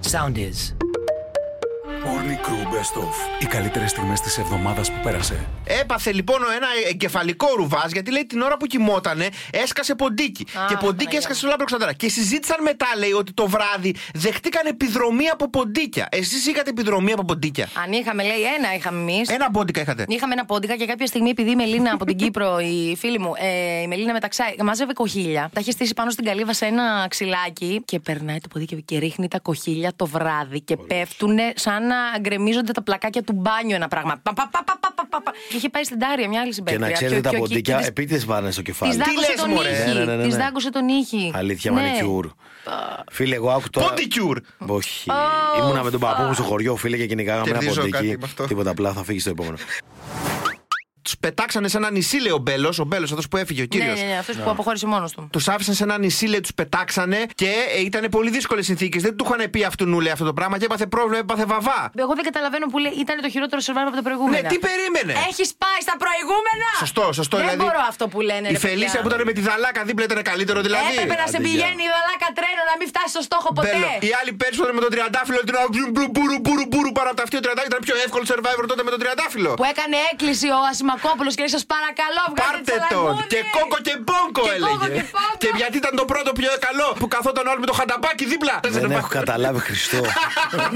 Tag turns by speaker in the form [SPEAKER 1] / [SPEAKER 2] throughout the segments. [SPEAKER 1] sound is.
[SPEAKER 2] Morning Crew Best Of. Οι καλύτερες στιγμές της εβδομάδας που πέρασε.
[SPEAKER 3] Έπαθε λοιπόν ένα εγκεφαλικό ρουβάς γιατί λέει την ώρα που κοιμότανε έσκασε ποντίκι.
[SPEAKER 4] Α,
[SPEAKER 3] και ποντίκι
[SPEAKER 4] Παναγία
[SPEAKER 3] έσκασε σε όλα προξαντάρα. Και συζήτησαν μετά, λέει, ότι το βράδυ δεχτήκαν επιδρομή από ποντίκια. Εσείς είχατε επιδρομή από ποντίκια.
[SPEAKER 4] Αν είχαμε, λέει, ένα είχαμε εμείς.
[SPEAKER 3] Ένα πόντικα είχατε.
[SPEAKER 4] Είχαμε ένα πόντικα και κάποια στιγμή, επειδή η Μελίνα από την Κύπρο, η φίλη μου, ε, η Μελίνα μεταξά, μάζευε κοχύλια. Τα είχε στήσει πάνω στην καλύβα σε ένα ξυλάκι και περνάει το πόδι και, και ρίχνει τα κοχύλια το βράδυ και πέφτουν σαν να γκρεμίζονται τα πλακάκια του μπάνιου ένα πράγμα. Πα, πα, πα, πα, πα, πα, πα, πα. Και είχε πάει στην Τάρια μια άλλη
[SPEAKER 5] Και
[SPEAKER 4] συμπεριφορά.
[SPEAKER 5] να ξέρετε τα ποντίκια επίτηδε πάνε στο
[SPEAKER 4] Τη
[SPEAKER 5] κεφάλι.
[SPEAKER 4] δάγκωσε
[SPEAKER 3] λες,
[SPEAKER 4] τον
[SPEAKER 3] μωρέ.
[SPEAKER 4] ήχη.
[SPEAKER 5] Ναι, ναι, ναι,
[SPEAKER 4] Της
[SPEAKER 5] ναι.
[SPEAKER 4] δάγκωσε τον ήχη.
[SPEAKER 5] Αλήθεια,
[SPEAKER 4] Ναι.
[SPEAKER 5] μανικιούρ. Φίλε, εγώ άκου τώρα.
[SPEAKER 3] Ποντικιούρ.
[SPEAKER 5] Όχι.
[SPEAKER 4] Oh,
[SPEAKER 5] Ήμουνα με τον παππού μου
[SPEAKER 4] fuck.
[SPEAKER 5] στο χωριό, φίλε, και κυνηγάγαμε ένα
[SPEAKER 3] Κερδίζω κάτι
[SPEAKER 5] ποντίκι.
[SPEAKER 3] με αυτό.
[SPEAKER 5] Τίποτα απλά, θα φύγει στο επόμενο.
[SPEAKER 3] Τους πετάξανε σε ένα νησί, λέει ο Μπέλος, ο Μπέλος αυτός που έφυγε, ο
[SPEAKER 4] Ναι,
[SPEAKER 3] κύριος.
[SPEAKER 4] ναι, ναι, αυτός που αποχώρησε μόνος του.
[SPEAKER 3] Τους άφησαν σε ένα νησί, λέει, τους πετάξανε και ήταν πολύ δύσκολες συνθήκες. Δεν του είχαν πει αυτού νουλέ αυτό το πράγμα και έπαθε πρόβλημα, έπαθε βαβά.
[SPEAKER 4] Εγώ δεν καταλαβαίνω που λέει ήταν το χειρότερο survivor από το προηγούμενο.
[SPEAKER 3] Ναι, τι περίμενε.
[SPEAKER 4] Έχεις πάει στα προηγούμενα!
[SPEAKER 3] Σωστό, σωστό.
[SPEAKER 4] Δεν
[SPEAKER 3] δηλαδή,
[SPEAKER 4] μπορώ αυτό που λένε.
[SPEAKER 3] Η
[SPEAKER 4] ρε παιδιά.
[SPEAKER 3] Φελίσια που ήταν με τη δαλάκα δίπλα ήταν καλύτερο, δηλαδή.
[SPEAKER 4] Έπρεπε να σε
[SPEAKER 5] Αντί
[SPEAKER 4] πηγαίνει η βαλάκα τρένο να μην φτάσει στο στόχο ποτέ.
[SPEAKER 3] Μπέλο. Οι άλλοι πέρσι που ήταν με τον τριαντάφυλλο την μπουρου μπουρου μπουρου πάνω από τα αυτιά του τριαντάφυλλο ήταν πιο εύκολο survivor τότε με τον τριαντάφυλλο.
[SPEAKER 4] Που έκανε έκκληση ο Ασημακόπουλο και λέει: Σα παρακαλώ, βγάλετε
[SPEAKER 3] Πάρτε τον! Και κόκο και μπόγκο
[SPEAKER 4] Και κόκο
[SPEAKER 3] έλεγε.
[SPEAKER 4] και πόγκο.
[SPEAKER 3] Και γιατί ήταν το πρώτο πιο καλό που καθόταν όλοι με το χανταπάκι δίπλα.
[SPEAKER 5] Δεν έχω καταλάβει, Χριστό.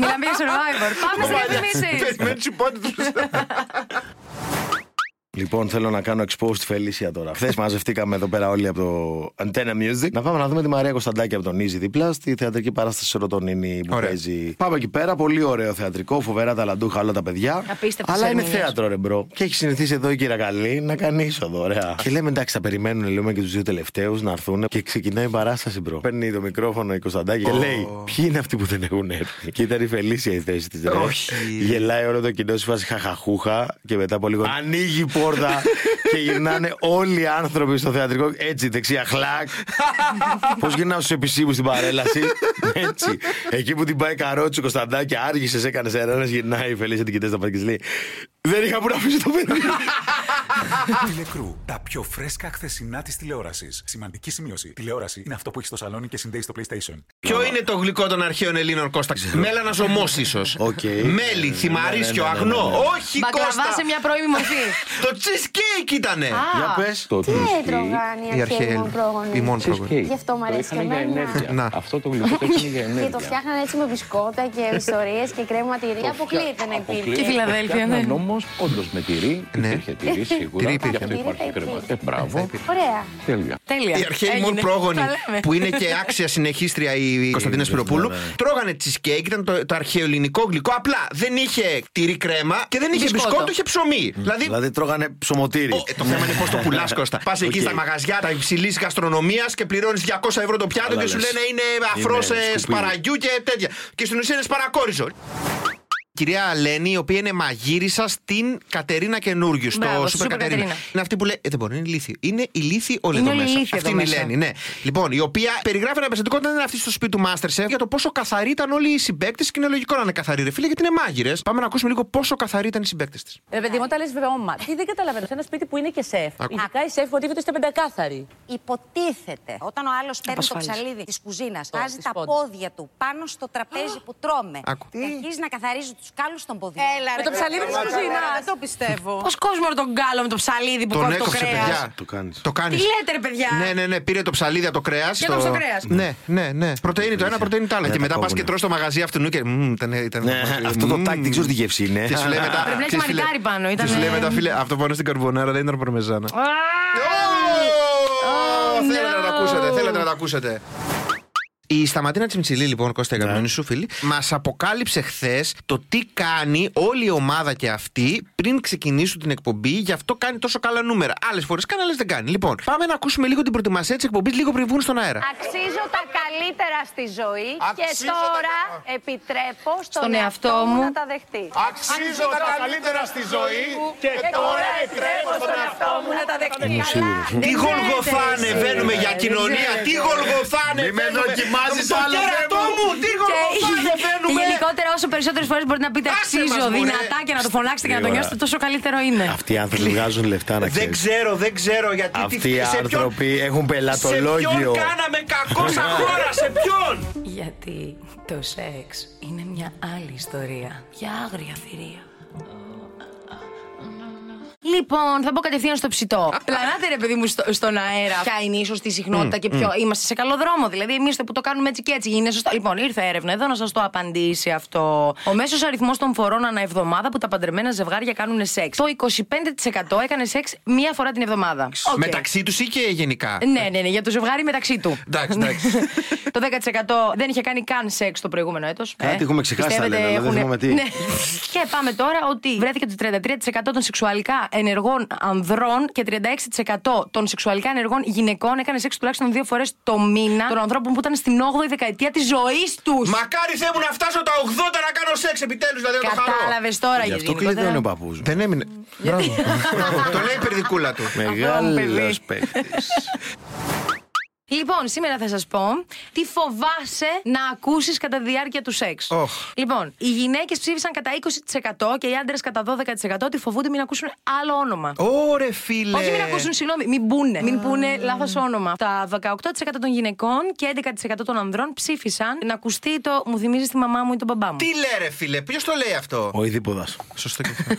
[SPEAKER 4] Μιλάμε για survivor. Πάμε σε διαφημίσει.
[SPEAKER 3] Περιμένει του πόντε του.
[SPEAKER 5] Λοιπόν, θέλω να κάνω exposed Felicia τώρα. Χθες μαζευτήκαμε εδώ πέρα όλοι από το Antenna Music. Να πάμε να δούμε τη Μαρία Κωνσταντάκη από τον Easy δίπλα στη θεατρική παράσταση Σερωτονίνη που
[SPEAKER 3] Ωραία.
[SPEAKER 5] παίζει. Πάμε εκεί πέρα. Πολύ ωραίο θεατρικό, φοβερά ταλαντούχα όλα τα παιδιά.
[SPEAKER 4] Απίστευτες
[SPEAKER 5] Αλλά είναι
[SPEAKER 4] ερμηνείες.
[SPEAKER 5] θέατρο, ρε μπρο. Και έχει συνηθίσει εδώ η κυρία Καλή να κάνει είσοδο, ωραία. Και λέμε εντάξει, θα περιμένουν λέμε και τους δύο τελευταίους να έρθουν. Και ξεκινάει η παράσταση, μπρο. Παίρνει το μικρόφωνο η Κωνσταντάκη και λέει Ποιοι είναι αυτοί που δεν έχουν έρθει. Και ήταν η Φελίσια η θέση της.
[SPEAKER 3] Όχι.
[SPEAKER 5] Γελάει όλο το κοινό σε φάση χαχαχούχα και μετά από λίγο ανοίγει η πόρτα και γυρνάνε όλοι οι άνθρωποι στο θεατρικό έτσι δεξιά χλακ. Πώς γυρνάω στους επισήμους στην παρέλαση. έτσι. Εκεί που την πάει καρότσι Κωνσταντάκη, άργησες, έκανες ένα γυρνάει η Φελίσια την κοιτάζει τα πάντα και της λέει Δεν είχα που να αφήσω το παιδί.
[SPEAKER 2] Τηλεκρού. Τα πιο φρέσκα χθεσινά της τηλεόρασης. Σημαντική σημείωση. Τηλεόραση είναι αυτό που έχει στο σαλόνι και συνδέει στο PlayStation.
[SPEAKER 3] Ποιο είναι το γλυκό των αρχαίων Ελλήνων Κώστα. Μέλανα ζωμό ίσως.
[SPEAKER 5] Οκ.
[SPEAKER 3] Μέλι, θυμαρίσκιο,
[SPEAKER 5] Ναι, ναι, ναι, ναι, ναι.
[SPEAKER 3] αγνό. Όχι
[SPEAKER 4] Μπακλαβά σε
[SPEAKER 3] Κώστα.
[SPEAKER 4] μια πρώιμη μορφή.
[SPEAKER 3] Το cheesecake ήτανε.
[SPEAKER 5] Για πες. Το
[SPEAKER 6] Τι έτρωγαν οι αρχαίοι μου πρόγονοι. Γι' αυτό μου αρέσει και εμένα.
[SPEAKER 3] Να.
[SPEAKER 7] Αυτό το γλυκό το είχαν για
[SPEAKER 6] Και το φτιάχνανε έτσι με μπισκότα και ιστορίες και κρέμα τυρί. Αποκλείεται να
[SPEAKER 4] Και η
[SPEAKER 6] υπήρχε.
[SPEAKER 4] Φιλαδέλφια, ναι.
[SPEAKER 7] Όμως, όντως με τυρί,
[SPEAKER 3] Ναι.
[SPEAKER 7] υπήρχε τυρί σίγουρα.
[SPEAKER 3] Τυρί
[SPEAKER 7] Γι'
[SPEAKER 3] υπήρχε.
[SPEAKER 7] αυτό
[SPEAKER 6] Τυρί
[SPEAKER 7] υπάρχει
[SPEAKER 6] θα
[SPEAKER 7] κρέμα.
[SPEAKER 6] υπήρχε.
[SPEAKER 7] Ε, μπράβο,
[SPEAKER 6] Ωραία.
[SPEAKER 7] τέλεια.
[SPEAKER 4] Τέλεια.
[SPEAKER 3] Οι αρχαίοι
[SPEAKER 4] Έγινε.
[SPEAKER 3] μόνο πρόγονοι,
[SPEAKER 4] Τα λέμε.
[SPEAKER 3] που είναι και άξια συνεχίστρια η Κωνσταντίνα Σπυροπούλου, τρώγανε cheesecake, ήταν το, το αρχαίο ελληνικό γλυκό. Απλά δεν είχε τυρί κρέμα και δεν είχε
[SPEAKER 4] Μπισκότο.
[SPEAKER 3] μπισκότο, είχε ψωμί. Δηλαδή.
[SPEAKER 5] Δηλαδή τρώγανε ψωμοτήρι.
[SPEAKER 3] ο- ε, το θέμα είναι πώς το πουλάς, Κώστα. Πας εκεί
[SPEAKER 5] Οκ.
[SPEAKER 3] στα μαγαζιά τα υψηλής γαστρονομίας και πληρώνεις 200 ευρώ το πιάτο
[SPEAKER 5] Αλλά
[SPEAKER 3] και σου
[SPEAKER 5] λες.
[SPEAKER 3] λένε είναι
[SPEAKER 5] Είναι
[SPEAKER 3] αφρό
[SPEAKER 5] σκουπίδι.
[SPEAKER 3] σπαραγιού και τέτοια. Και στην ουσία είναι σπαρακόριζο. Η κυρία Αλένη, η οποία είναι μαγείρισα στην Κατερίνα Καινούργιου, στο
[SPEAKER 4] Μπράβο, στη
[SPEAKER 3] Σούπερ
[SPEAKER 4] Super
[SPEAKER 3] Κατερίνα.
[SPEAKER 4] Κατερίνα.
[SPEAKER 3] Είναι αυτή που λέει. Ε, δεν μπορεί, είναι ηλίθιοι. Είναι ηλίθιοι όλοι
[SPEAKER 4] Είναι
[SPEAKER 3] εδώ
[SPEAKER 4] όλοι
[SPEAKER 3] μέσα.
[SPEAKER 4] ηλίθιοι
[SPEAKER 3] Αυτή
[SPEAKER 4] εδώ
[SPEAKER 3] είναι η
[SPEAKER 4] μέσα.
[SPEAKER 3] Λένη, ναι. Λοιπόν, η οποία περιγράφει ένα περιστατικό όταν ήταν αυτή στο σπίτι του Masterchef για το πόσο καθαροί ήταν όλοι οι συμπαίκτες και είναι λογικό να είναι καθαροί, ρε φίλε, γιατί είναι μάγειρες. Πάμε να ακούσουμε λίγο πόσο καθαροί ήταν οι συμπαίκτες της.
[SPEAKER 8] Ρε παιδί μου, όταν λες βρώμα, τι δεν καταλαβαίνω. Σε ένα σπίτι που είναι και σεφ. Ειδικά οι σεφ υποτίθεται είστε πεντακάθαροι.
[SPEAKER 9] Υποτίθεται όταν ο άλλος παίρνει το
[SPEAKER 4] Απασφάλιση.
[SPEAKER 9] ψαλίδι της κουζίνας,
[SPEAKER 8] Το,
[SPEAKER 9] βάζει
[SPEAKER 8] της
[SPEAKER 9] τα
[SPEAKER 8] πόντας.
[SPEAKER 9] πόδια του πάνω στο τραπέζι που τρώμε
[SPEAKER 3] Άκου.
[SPEAKER 9] και αρχίζει να καθαρίζει τους κάλου των ποδιών.
[SPEAKER 8] Με το ψαλίδι της κουζίνας. Το πιστεύω.
[SPEAKER 4] Πώς κόσμο τον κάλο με το ψαλίδι που
[SPEAKER 3] Τον
[SPEAKER 4] κόβει το
[SPEAKER 3] έκοψε,
[SPEAKER 4] κρέας.
[SPEAKER 3] παιδιά.
[SPEAKER 5] Το κάνεις.
[SPEAKER 3] Το κάνεις.
[SPEAKER 4] Τι λέτε, ρε παιδιά.
[SPEAKER 3] Ναι, ναι, ναι. Πήρε το ψαλίδι από το κρέας.
[SPEAKER 4] Και έκοψε το κρέας.
[SPEAKER 3] Ναι, ναι, ναι. Πρωτενη το ένα, πρωτενη το άλλο.
[SPEAKER 5] Ναι,
[SPEAKER 3] Και
[SPEAKER 5] τα
[SPEAKER 3] μετά πας
[SPEAKER 5] κόβουνε.
[SPEAKER 3] και τρώ το μαγαζί αυτού και. μμμ, ήταν- ήταν-
[SPEAKER 5] Ναι, αυτό το
[SPEAKER 3] μμμ.
[SPEAKER 5] τάκ δεν ξέρω τι γεύση είναι.
[SPEAKER 3] Και σου λέει μετά.
[SPEAKER 4] Πρέπει να έχει
[SPEAKER 3] ξέρεις, φίλε,
[SPEAKER 4] μανικάρι πάνω,
[SPEAKER 3] και
[SPEAKER 4] ήταν-
[SPEAKER 3] σου λέει μετά, φίλε, αυτό πάνω στην καρμπονάρα δεν ήταν παρμεζάνα.
[SPEAKER 4] Oh,
[SPEAKER 3] Ω, Θέλετε να το
[SPEAKER 4] no.
[SPEAKER 3] ακούσετε, θέλετε να το ακούσετε. Η Σταματίνα Τσιμτσιλή, λοιπόν, Κώστα, η αγαπημένη σου φίλη, μας αποκάλυψε χθες το τι κάνει όλη η ομάδα και αυτή πριν ξεκινήσουν την εκπομπή. Γι' αυτό κάνει τόσο καλά νούμερα. Άλλες φορές κάνει, άλλες δεν κάνει. Λοιπόν, πάμε να ακούσουμε λίγο την προετοιμασία της εκπομπής λίγο πριν βγουν στον αέρα.
[SPEAKER 9] Αξίζω τα καλύτερα στη ζωή
[SPEAKER 3] και Αξίζω τα- τώρα
[SPEAKER 9] επιτρέπω στον,
[SPEAKER 4] Στον εαυτό εαυτό μου μου. να
[SPEAKER 9] τα δεχτεί.
[SPEAKER 3] Αξίζω τα καλύτερα στη ζωή και τώρα επιτρέπω στον εαυτό μου να τα δεχτεί.
[SPEAKER 5] Είμαι σίγουρος.
[SPEAKER 3] Τι γολγοθά ανεβαίνουμε για κοινωνία, τι γολγοθά ανεβαίνουμε.
[SPEAKER 5] δοκιμάζεις
[SPEAKER 3] Το
[SPEAKER 5] άλλο,
[SPEAKER 3] κέρατό
[SPEAKER 5] Θεέ
[SPEAKER 3] μου,
[SPEAKER 5] μου.
[SPEAKER 3] τι γολγοθά ανεβαίνουμε.
[SPEAKER 4] γενικότερα Γενικότερα, όσο περισσότερες φορές μπορείτε να πείτε αξίζω δυνατά και να το φωνάξετε και να το
[SPEAKER 5] Γρήγορα.
[SPEAKER 4] νιώσετε, τόσο καλύτερο είναι.
[SPEAKER 5] Αυτοί οι άνθρωποι βγάζουν λεφτά να
[SPEAKER 1] Δεν
[SPEAKER 5] ξέρεις.
[SPEAKER 1] ξέρω, δεν ξέρω γιατί. τι-
[SPEAKER 5] Αυτοί οι
[SPEAKER 1] σε ποιον-
[SPEAKER 5] άνθρωποι έχουν
[SPEAKER 1] Σε ποιον
[SPEAKER 5] πελατολόγιο.
[SPEAKER 1] κάναμε κακό σαν χώρα, σε ποιον!
[SPEAKER 4] Γιατί το σεξ είναι μια άλλη ιστορία. Για άγρια θηρία. Λοιπόν, θα μπω κατευθείαν στο ψητό. Πλανάτε ρε παιδί μου στο- στον αέρα. Ποια είναι ίσω τη συχνότητα και ποιο. Είμαστε σε καλό δρόμο. Δηλαδή, εμείς που το κάνουμε έτσι και έτσι είναι σωστό. Λοιπόν, ήρθε έρευνα εδώ να σας το απαντήσει αυτό. Ο μέσος αριθμός των φορών ανά εβδομάδα που τα παντρεμένα ζευγάρια κάνουν σεξ. Το 25% έκανε σεξ μία φορά την εβδομάδα. Οκ.
[SPEAKER 3] Μεταξύ τους ή και γενικά.
[SPEAKER 4] Ναι, ναι, ναι, για το ζευγάρι μεταξύ του.
[SPEAKER 3] Εντάξει, εντάξει.
[SPEAKER 4] το 10% δεν είχε κάνει καν σεξ το προηγούμενο έτος.
[SPEAKER 5] Κάτι έχουμε ξεχάσει, θα λένε, αλλά δεν θυμάμαι τι.
[SPEAKER 4] Ναι. και πάμε τώρα ότι βρέθηκε ότι 33% των σεξουαλικά ενεργών ανδρών και 36% των σεξουαλικά ενεργών γυναικών έκανε σεξ τουλάχιστον δύο φορές το μήνα των ανθρώπων που ήταν στην 8η δεκαετία της ζωής τους.
[SPEAKER 1] Μακάρι θέλω να φτάσω τα 80 να κάνω σεξ επιτέλους, δηλαδή να το χαρώ.
[SPEAKER 4] Κατάλαβες τώρα
[SPEAKER 5] Γι' αυτό
[SPEAKER 4] γενικότερα.
[SPEAKER 5] κλειδώνει ο παππούς μου.
[SPEAKER 3] Δεν έμεινε. Μπράβο. Μπράβο. Το λέει η περδικούλα του.
[SPEAKER 4] Ναι.
[SPEAKER 5] Μεγάλος παίκτης.
[SPEAKER 4] Λοιπόν, σήμερα θα σας πω τι φοβάσαι να ακούσεις κατά τη διάρκεια του σεξ.
[SPEAKER 3] Οχ.
[SPEAKER 4] Λοιπόν, οι γυναίκες ψήφισαν κατά 20% και οι άντρες κατά 12% ότι φοβούνται μην ακούσουν άλλο όνομα.
[SPEAKER 3] Ωρε φίλε.
[SPEAKER 4] Όχι, μην ακούσουν, συγγνώμη, μην πούνε. Μην πούνε λάθος όνομα. Τα 18% των γυναικών και 11% των ανδρών ψήφισαν να ακουστεί το μου θυμίζεις τη μαμά μου ή τον μπαμπά μου.
[SPEAKER 3] Τι λέει ρε φίλε, ποιος το λέει αυτό.
[SPEAKER 5] Ο Ιδίποδας.
[SPEAKER 3] Σωστό και αυτό.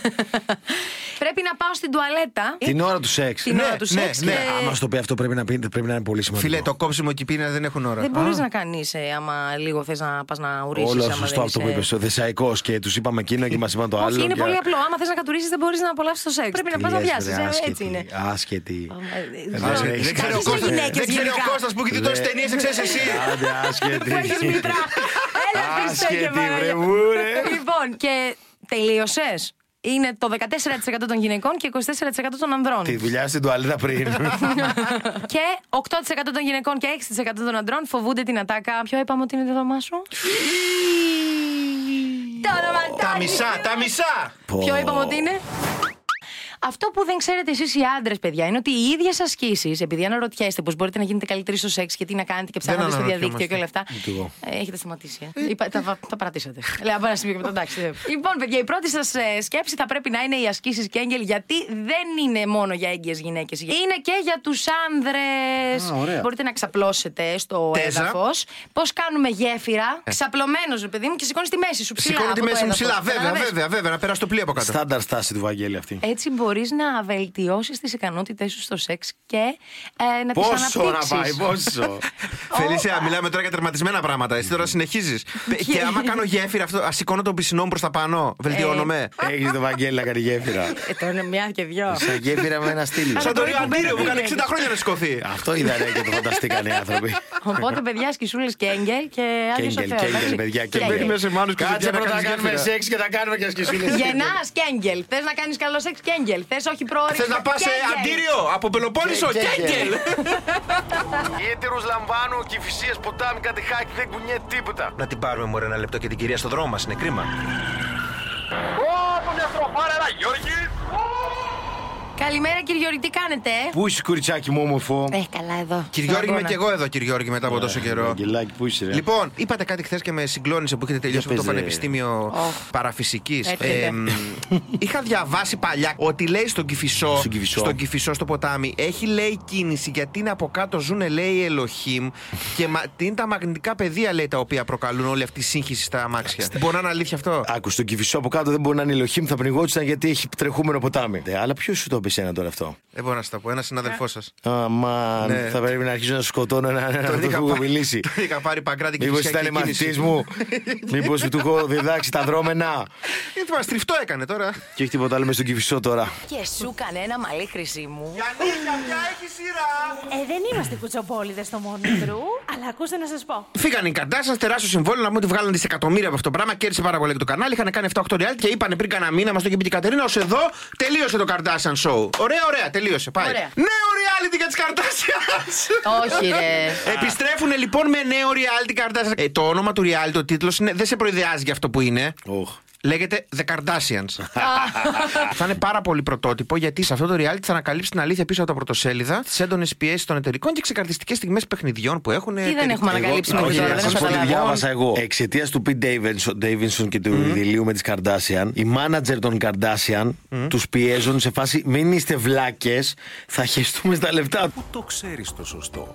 [SPEAKER 4] Πρέπει να πάω στην τουαλέτα.
[SPEAKER 5] Ε, Την ώρα του σεξ.
[SPEAKER 4] Την
[SPEAKER 5] Ναι.
[SPEAKER 4] ώρα του
[SPEAKER 3] ναι,
[SPEAKER 4] σεξ.
[SPEAKER 3] ναι.
[SPEAKER 4] και-
[SPEAKER 5] Άμα σου το πει αυτό πρέπει να, πει, πρέπει να είναι πολύ σημαντικό.
[SPEAKER 3] Φίλε, το κόψιμο και η πείνα δεν έχουν ώρα.
[SPEAKER 4] Δεν μπορείς να κάνεις άμα λίγο θες να πας να ουρίσει.
[SPEAKER 5] Όλο σωστό αυτό που είπες. Ο Θεσσαϊκό και τους είπαμε εκείνο και μας είπαν το άλλο.
[SPEAKER 4] ε. Όχι, είναι
[SPEAKER 5] και-
[SPEAKER 4] πολύ απλό. Άμα θες να κατουρίσει, δεν μπορείς να απολαύσεις το σεξ. Πρέπει να
[SPEAKER 5] Τι
[SPEAKER 4] πας να
[SPEAKER 5] λες,
[SPEAKER 4] διάσει.
[SPEAKER 5] ρε,
[SPEAKER 4] Έτσι
[SPEAKER 5] άσχετη,
[SPEAKER 4] είναι.
[SPEAKER 5] Άσχετη.
[SPEAKER 4] Ε,
[SPEAKER 5] δεν
[SPEAKER 4] ξέρω.
[SPEAKER 5] έχεις
[SPEAKER 3] Δεν ξέρει ο
[SPEAKER 5] Κακές
[SPEAKER 3] Κώστας-
[SPEAKER 4] Κακές
[SPEAKER 3] δεν
[SPEAKER 4] οι γυναίκες
[SPEAKER 3] ξέρει ο
[SPEAKER 4] γενικά.
[SPEAKER 3] Κώστας που έχει δει τόσες
[SPEAKER 5] Λε.
[SPEAKER 3] ταινίες, ξέρεις εσύ.
[SPEAKER 5] Άντε, άσχετη.
[SPEAKER 4] Που έχεις μητρά. Έλα, Χριστέ και
[SPEAKER 5] Άσχετη, βρε,
[SPEAKER 4] Παναγία.
[SPEAKER 5] μουρε.
[SPEAKER 4] Λοιπόν, και τελείωσες. Είναι το 14% των γυναικών και 24% των ανδρών.
[SPEAKER 5] Τη δουλειά στην τουαλέτα πριν.
[SPEAKER 4] και 8% των γυναικών και 6% των ανδρών φοβούνται την ατάκα. Ποιο είπαμε ότι είναι το όνομά σου. Το όνομα
[SPEAKER 1] Τα
[SPEAKER 4] Τάνι.
[SPEAKER 1] μισά, τα μισά!
[SPEAKER 4] Ποιο είπαμε ότι είναι. Αυτό που δεν ξέρετε εσείς οι άντρες, παιδιά, είναι ότι οι ίδιες ασκήσει, επειδή αναρωτιέστε πώς μπορείτε να γίνετε καλύτεροι στο σεξ και τι να κάνετε και ψάχνετε στο διαδίκτυο και όλα αυτά. ε, Έχετε σταματήσει. ε. Είπα- τα, βα- τα παρατήσατε. Λέω, πάμε να σημείο και μετά. εντάξει, δεν- λοιπόν, παιδιά, η πρώτη σας σκέψη θα πρέπει να είναι οι ασκήσεις Κέγγελ, γιατί δεν είναι μόνο για έγκυες γυναίκες. Είναι και για τους άνδρες. Μπορείτε να ξαπλώσετε στο
[SPEAKER 3] Τέζα. Ε.
[SPEAKER 4] έδαφος. Πώς κάνουμε γέφυρα. Ξαπλωμένος, ρε παιδί μου, και σηκώνεις τη μέση σου ψηλά.
[SPEAKER 3] Σηκώνω τη
[SPEAKER 4] από το
[SPEAKER 3] μέση μου
[SPEAKER 4] έδαφος.
[SPEAKER 3] ψηλά. Βέβαια,
[SPEAKER 4] Καταλαβες.
[SPEAKER 3] βέβαια, βέβαια. Να περάσει το πλοίο από κάτω.
[SPEAKER 5] Στάνταρ στάση του Βαγγέλη αυτή.
[SPEAKER 4] Έτσι μπορεί να βελτιώσεις τις ικανότητές σου στο σεξ και ε, να τις αναπτύξει.
[SPEAKER 5] Πόσο να πάει, πόσο.
[SPEAKER 3] Φελίσια, μιλάμε τώρα για τερματισμένα πράγματα. Εσύ τώρα συνεχίζεις. Και άμα κάνω γέφυρα, αυτό, ας σηκώνω τον πισινό μου προς τα πάνω. Βελτιώνομαι.
[SPEAKER 5] Έχει Ε, το Βαγγέλη να κάνει γέφυρα.
[SPEAKER 4] Ε, τώρα είναι μια και δυο.
[SPEAKER 5] Σαν γέφυρα με ένα στήλι.
[SPEAKER 3] Σαν το
[SPEAKER 4] μπορεί
[SPEAKER 3] Ρίο
[SPEAKER 4] να
[SPEAKER 3] Αντίριο που
[SPEAKER 4] μπαίνει
[SPEAKER 3] κάνει 60
[SPEAKER 4] γέφυρα.
[SPEAKER 3] χρόνια να σηκωθεί.
[SPEAKER 5] Αυτό είδα ρε, και το φανταστήκαν οι άνθρωποι.
[SPEAKER 4] Οπότε, παιδιά, σκισούλες και έγκελ και άγιος ο
[SPEAKER 5] Κέγγελ,
[SPEAKER 4] Θεός.
[SPEAKER 5] κέγγελ, παιδιά. κέγγελ.
[SPEAKER 3] μπαίνει μέσα μάνος και
[SPEAKER 5] Κάτσε
[SPEAKER 3] ζητάει να
[SPEAKER 5] πρώτα να
[SPEAKER 3] κάνεις
[SPEAKER 5] κάνουμε
[SPEAKER 3] γέφυρα.
[SPEAKER 5] σεξ και τα κάνουμε και ασκησούλες.
[SPEAKER 4] Γεννά κέγγελ. Θες να κάνεις καλό σεξ κέγγελ. Θες όχι προώρηση.
[SPEAKER 1] Θες να πας
[SPEAKER 4] κέγγελ.
[SPEAKER 1] αντίριο από Πελοπόννησο,
[SPEAKER 5] Και- και-
[SPEAKER 1] Κέγγελ!
[SPEAKER 5] Έτερους λαμβάνω και φυσίες ποτάμι κάτι χάκι δεν κουνιέται τίποτα.
[SPEAKER 3] Να την πάρουμε μωρέ ένα λεπτό και την κυρία στο δρόμο μας. Είναι κρίμα.
[SPEAKER 4] Καλημέρα, κύριε Γιώργη, τι κάνετε. ε?
[SPEAKER 5] Πού είσαι κουριτσάκι μου όμορφο.
[SPEAKER 4] Ε, καλά εδώ.
[SPEAKER 3] Κυριόργη, είμαι
[SPEAKER 4] Στον
[SPEAKER 3] και
[SPEAKER 4] αγώνα.
[SPEAKER 3] εγώ εδώ, Κυριόργη, μετά από τόσο καιρό.
[SPEAKER 5] Αγγελάκι που είσαι ρε.
[SPEAKER 3] Λοιπόν, είπατε κάτι χθες και με συγκλώνησε που έχετε τελειώσει
[SPEAKER 5] Για
[SPEAKER 3] αυτό το
[SPEAKER 5] πες, ε. ρε.
[SPEAKER 3] πανεπιστήμιο
[SPEAKER 4] Οχ.
[SPEAKER 3] παραφυσική.
[SPEAKER 4] Έρχεται.
[SPEAKER 3] είχα διαβάσει παλιά ότι λέει στον Κυφισό,
[SPEAKER 5] Στον Κηφισό.
[SPEAKER 3] στον Κηφισό, στο ποτάμι, έχει λέει κίνηση γιατί είναι από κάτω ζουν λέει Ελοχήμ και μα, τι είναι τα μαγνητικά πεδία λέει τα οποία προκαλούν όλη αυτή τη σύγχυση στα αμάξια. Μπορεί να είναι αλήθεια αυτό.
[SPEAKER 5] Άκου, στον κυφισό από κάτω δεν μπορεί να είναι η Ελοχήμ, θα πνιγόντουσαν γιατί έχει τρεχούμενο ποτάμι. Ε, αλλά ποιος σου το είπε ένα τώρα αυτό.
[SPEAKER 3] Δεν Ε, μπορώ να σα το πω. Ένα συναδελφός σας.
[SPEAKER 5] Αμάν,
[SPEAKER 3] Ναι.
[SPEAKER 5] θα πρέπει να αρχίσω να σκοτώνω έναν έναν που έχω μιλήσει.
[SPEAKER 3] τον είχα πάρει παγκράτη και
[SPEAKER 5] Μήπως
[SPEAKER 3] φυσιακή
[SPEAKER 5] ήταν
[SPEAKER 3] κίνηση.
[SPEAKER 5] μαθητή μου, μήπως του έχω διδάξει τα δρόμενα.
[SPEAKER 3] Ε, τι Μα τριφτό έκανε τώρα.
[SPEAKER 5] Και έχει τίποτα άλλο με στον κυφισό τώρα.
[SPEAKER 4] Και σου κανένα μαλλί χρυσή μου.
[SPEAKER 6] Ε, δεν είμαστε κουτσοπόλιδε στο Μόνιτρου, αλλά ακούστε να σας πω.
[SPEAKER 3] Φύγανε οι Καντάσαν, τεράστιο συμβόλαιο να μου ότι βγάλανε δισεκατομμύρια από αυτό το πράγμα, κέρδισε πάρα πολύ και το κανάλι. Είχαν κάνει 7-8 real και είπανε πριν κανένα μήνα, μας το είχε πει και η Κατερίνα, ως εδώ τελείωσε το Καρτάσαν show. Ωραία, ωραία, τελείωσε. Πάει.
[SPEAKER 4] Ωραία.
[SPEAKER 3] Νέο reality για τις Καρτάσια!
[SPEAKER 4] Όχι, ρε.
[SPEAKER 3] Επιστρέφουν λοιπόν με νέο reality Καρτάσια. Ε, το όνομα του reality, ο τίτλος δεν σε προειδεάζει για αυτό που είναι.
[SPEAKER 5] Οχ.
[SPEAKER 3] Λέγεται The Kardashians. θα είναι πάρα πολύ πρωτότυπο γιατί σε αυτό το reality θα ανακαλύψει την αλήθεια πίσω από τα πρωτοσέλιδα, τις έντονες πιέσεις των εταιρικών και ξεκαρδιστικέ στιγμές παιχνιδιών που έχουν.
[SPEAKER 4] Τι δεν έχουμε ανακαλύψει με
[SPEAKER 5] Όχι,
[SPEAKER 4] τώρα,
[SPEAKER 5] να
[SPEAKER 4] δεν
[SPEAKER 5] σας πω τι
[SPEAKER 4] καταλαβαίνω.
[SPEAKER 5] διάβασα εγώ. Εξαιτίας του Pete Davidson, Davidson και του Δηλίου με τις Καρδάσιαν, οι μάνατζερ των Καρδάσιαν τους πιέζουν σε φάση μην είστε βλάκες, θα χεστούμε στα λεφτά.
[SPEAKER 2] Πού το ξέρεις το σωστό.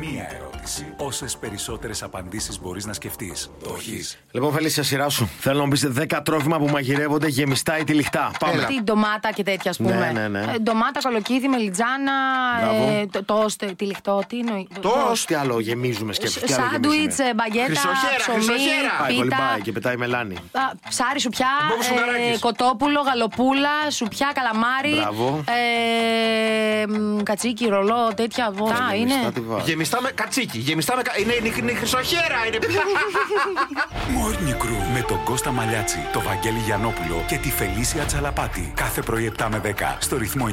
[SPEAKER 2] Μία ερώτηση. Όσες περισσότερες απαντήσεις μπορείς να σκεφτείς. Το έχεις.
[SPEAKER 5] Λοιπόν, Φελή, σε σειρά σου. Θέλω να μου πείτε 10 τρόφιμα που μαγειρεύονται γεμιστά ή τυλιχτά. Πάμε.
[SPEAKER 4] Τι ντομάτα και τέτοια, ας πούμε.
[SPEAKER 5] ναι, ναι.
[SPEAKER 4] Ε, ντομάτα, κολοκύθι, μελιτζάνα,
[SPEAKER 5] Μπράβο.
[SPEAKER 4] ε, το- τόστ, τυλιχτό, τι εννοεί.
[SPEAKER 5] Πώ, τι άλλο γεμίζουμε σκέψτε. τι άλλο γεμίζουμε.
[SPEAKER 4] Σάντουιτ, ε, μπαγκέτα,
[SPEAKER 3] Χρυσοχέρα,
[SPEAKER 4] ψωμί,
[SPEAKER 3] χρυσοχέρα.
[SPEAKER 5] Πάει,
[SPEAKER 4] πίτα.
[SPEAKER 5] κολυμπάει και πετάει μελάνι.
[SPEAKER 4] Α, Ψάρι, σουπιά, ε,
[SPEAKER 5] Μπόμπος Σουγκαράκης.
[SPEAKER 4] κοτόπουλο, γαλοπούλα, σουπιά, καλαμάρι.
[SPEAKER 5] Μπράβο.
[SPEAKER 4] ε, μ, κατσίκι, ρολό, τέτοια. Τα είναι.
[SPEAKER 5] Γεμιστά τι βάζω.
[SPEAKER 3] Γεμιστά με κατσίκι. Γεμιστά με. κα- Είναι, είναι, είναι χρυσοχέρα. Είναι...
[SPEAKER 2] Morning Crew με τον Κώστα Μαλιάτσι, τον Βαγγέλη Γιανόπουλο και τη Φελίσια Τσαλαπάτη. Κάθε πρωί 7 με 10 στο ρυθμό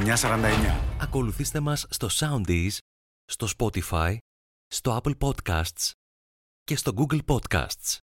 [SPEAKER 2] 949.
[SPEAKER 10] Ακολουθήστε μας στο Soundees, στο Spotify, στο Apple Podcasts και στο Google Podcasts.